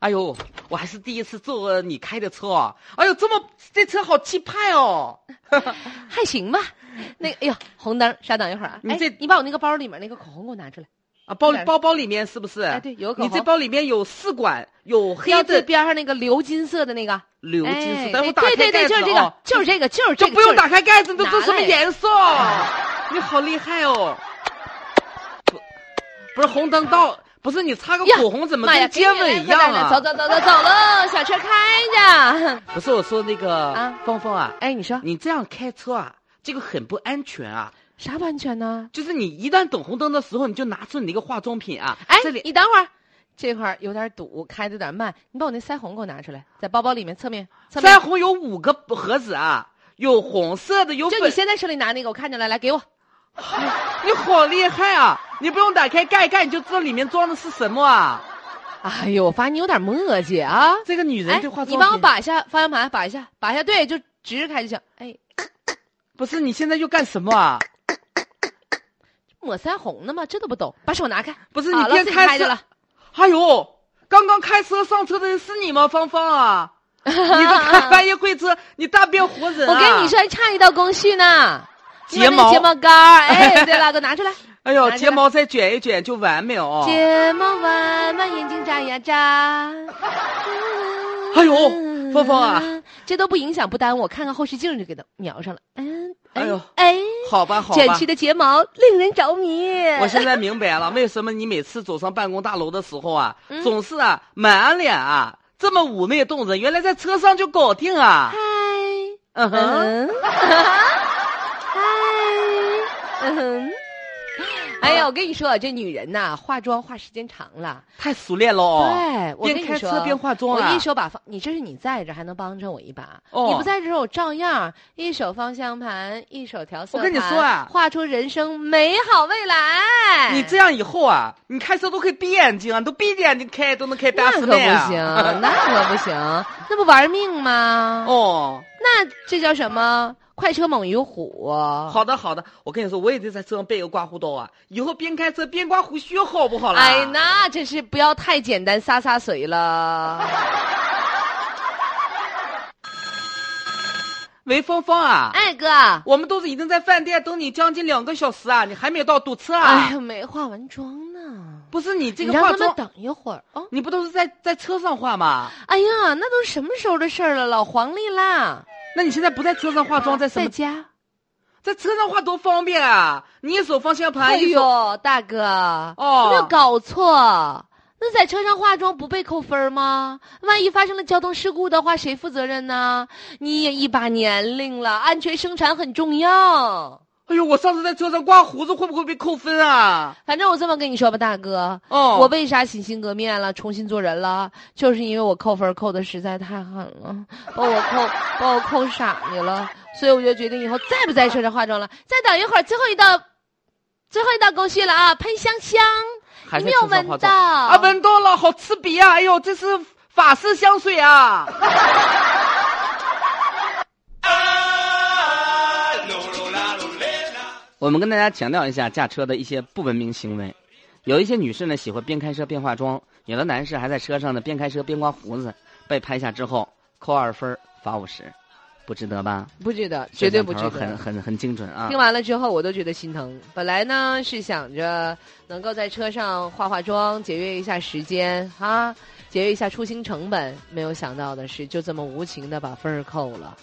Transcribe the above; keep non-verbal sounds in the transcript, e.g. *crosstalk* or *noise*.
哎呦，我还是第一次坐你开的车啊！哎呦，这么这车好气派哦！还行吧。那个，哎呦，红灯，稍等一会儿啊。你这哎、你把我那个包里面那个口红给我拿出来。啊，包是包包里面是不是？哎对有个口你这红包里面有四管，有黑黑字的、边上那个鎏金色的那个。鎏金哎色，但我哎打对开对盖子对，就是这哦个，就是这个，就是这这个。不用就是打开盖子，这拿都什么来颜色？你好厉害哦！不，不是红灯到，不是你擦个呀口红怎么妈呀跟接吻一样走啊？走走走走喽，小车开着。不是我说那个啊芳芳啊，哎，你说你这样开车啊，这个很不安全啊！啥不安全呢？就是你一旦等红灯的时候，你就拿出你那个化妆品啊，哎这，里你等会儿，这块儿有点堵，开的有点慢，你把我那腮红给我拿出来，在包包里面侧面侧面腮。红有五个盒子啊，有红色的，有就你粉现在手里拿那个，我看见了，来给我。你好厉害啊！你不用打开盖盖，你就知道里面装的是什么啊！哎呦，我发现你有点磨叽啊！这个女人哎对化妆、品，你帮我把一下方向盘，把一下，把一下，对，就直着开就行。哎，不是你现在又干什么啊？抹腮红呢吗？这都不懂，把手拿开。不是你好了，边自己开开车着了。哎呦，刚刚开车上车的人是你吗，芳芳啊？ *laughs* 你这开半夜会车，你大变活人、啊！我跟你，说，还差一道工序 *laughs* 呢。你睫把那毛睫毛膏儿， *laughs* 哎，对了，给我拿出来。哎呦，拿着睫毛再卷一卷就完美哦。睫毛弯弯，眼睛眨呀眨。哎呦芳芳啊，这都不影响不耽误，我看看后视镜就给它瞄上了。嗯，哎呦哎，好吧，好吧。卷起的睫毛令人着迷。 *laughs* 我现在明白了，为什么你每次走上办公大楼的时候啊，嗯总是啊满脸啊这么妩媚动人，原来在车上就搞定啊嗨。，嗯哼， *laughs* 嗯，嗨，嗯，哎呀，我跟你说，这女人呐、化妆化时间长了，太熟练了哦。对，我跟边你开说车边化妆我啊一手把方，你这是你在这还能帮着我一把，哦你不在这时候我照样一手方向盘，一手调色我盘。跟你说啊画出人生美好未来。你这样以后啊，你开车都可以闭眼睛啊，你都闭着眼睛开都能开八那十可迈不啊行，那可不行，那不玩命吗？哦，那这叫什么？快车猛于虎。好好的好的，我跟你说，我也得在车上备个刮胡刀啊，以后边开车边刮胡须，好不好啦？哎，那真是不要太简单，洒洒水 *laughs* 了。喂，芳芳啊，哎，哥，我们都是已经在饭店等你将近两个小时啊，你还没有到堵车啊？哎呀，没化完妆呢。不是你这个你让化他们妆，等一会儿哦。你不都是在在车上化吗？哎呀，那都什么时候的事儿了，老黄历啦，那你现在不在车上化妆，在什在么？家。在车上化多方便啊！你一手方向盘，哎一手呦，大哥，有没有哦，搞错？那在车上化妆不被扣分吗？万一发生了交通事故的话，谁负责任呢？你也一把年龄了，安全生产很重要。哎呦，我上次在车上刮胡子会不会被扣分啊？反正我这么跟你说吧，大哥，哦，我为啥洗心革面了，重新做人了？就是因为我扣分扣的实在太狠了，把我扣把我扣傻你了，所以我就决定以后再不在车上化妆了。再等一会儿，最后一道，最后一道工序了啊！喷香香，还你在没有车上闻化到妆啊？闻到了，好刺鼻啊！哎呦，这是法式香水啊！我们跟大家强调一下驾车的一些不文明行为，有一些女士呢喜欢边开车边化妆，有的男士还在车上呢边开车边刮胡子，被拍下之后扣二分儿罚五十，不值得吧？不值得，绝对不值这两条很得。很很精准啊听！完了之后，我都觉得心疼。本来呢是想着能够在车上化化妆，节约一下时间啊，节约一下出行成本，没有想到的是，就这么无情的把分儿扣了。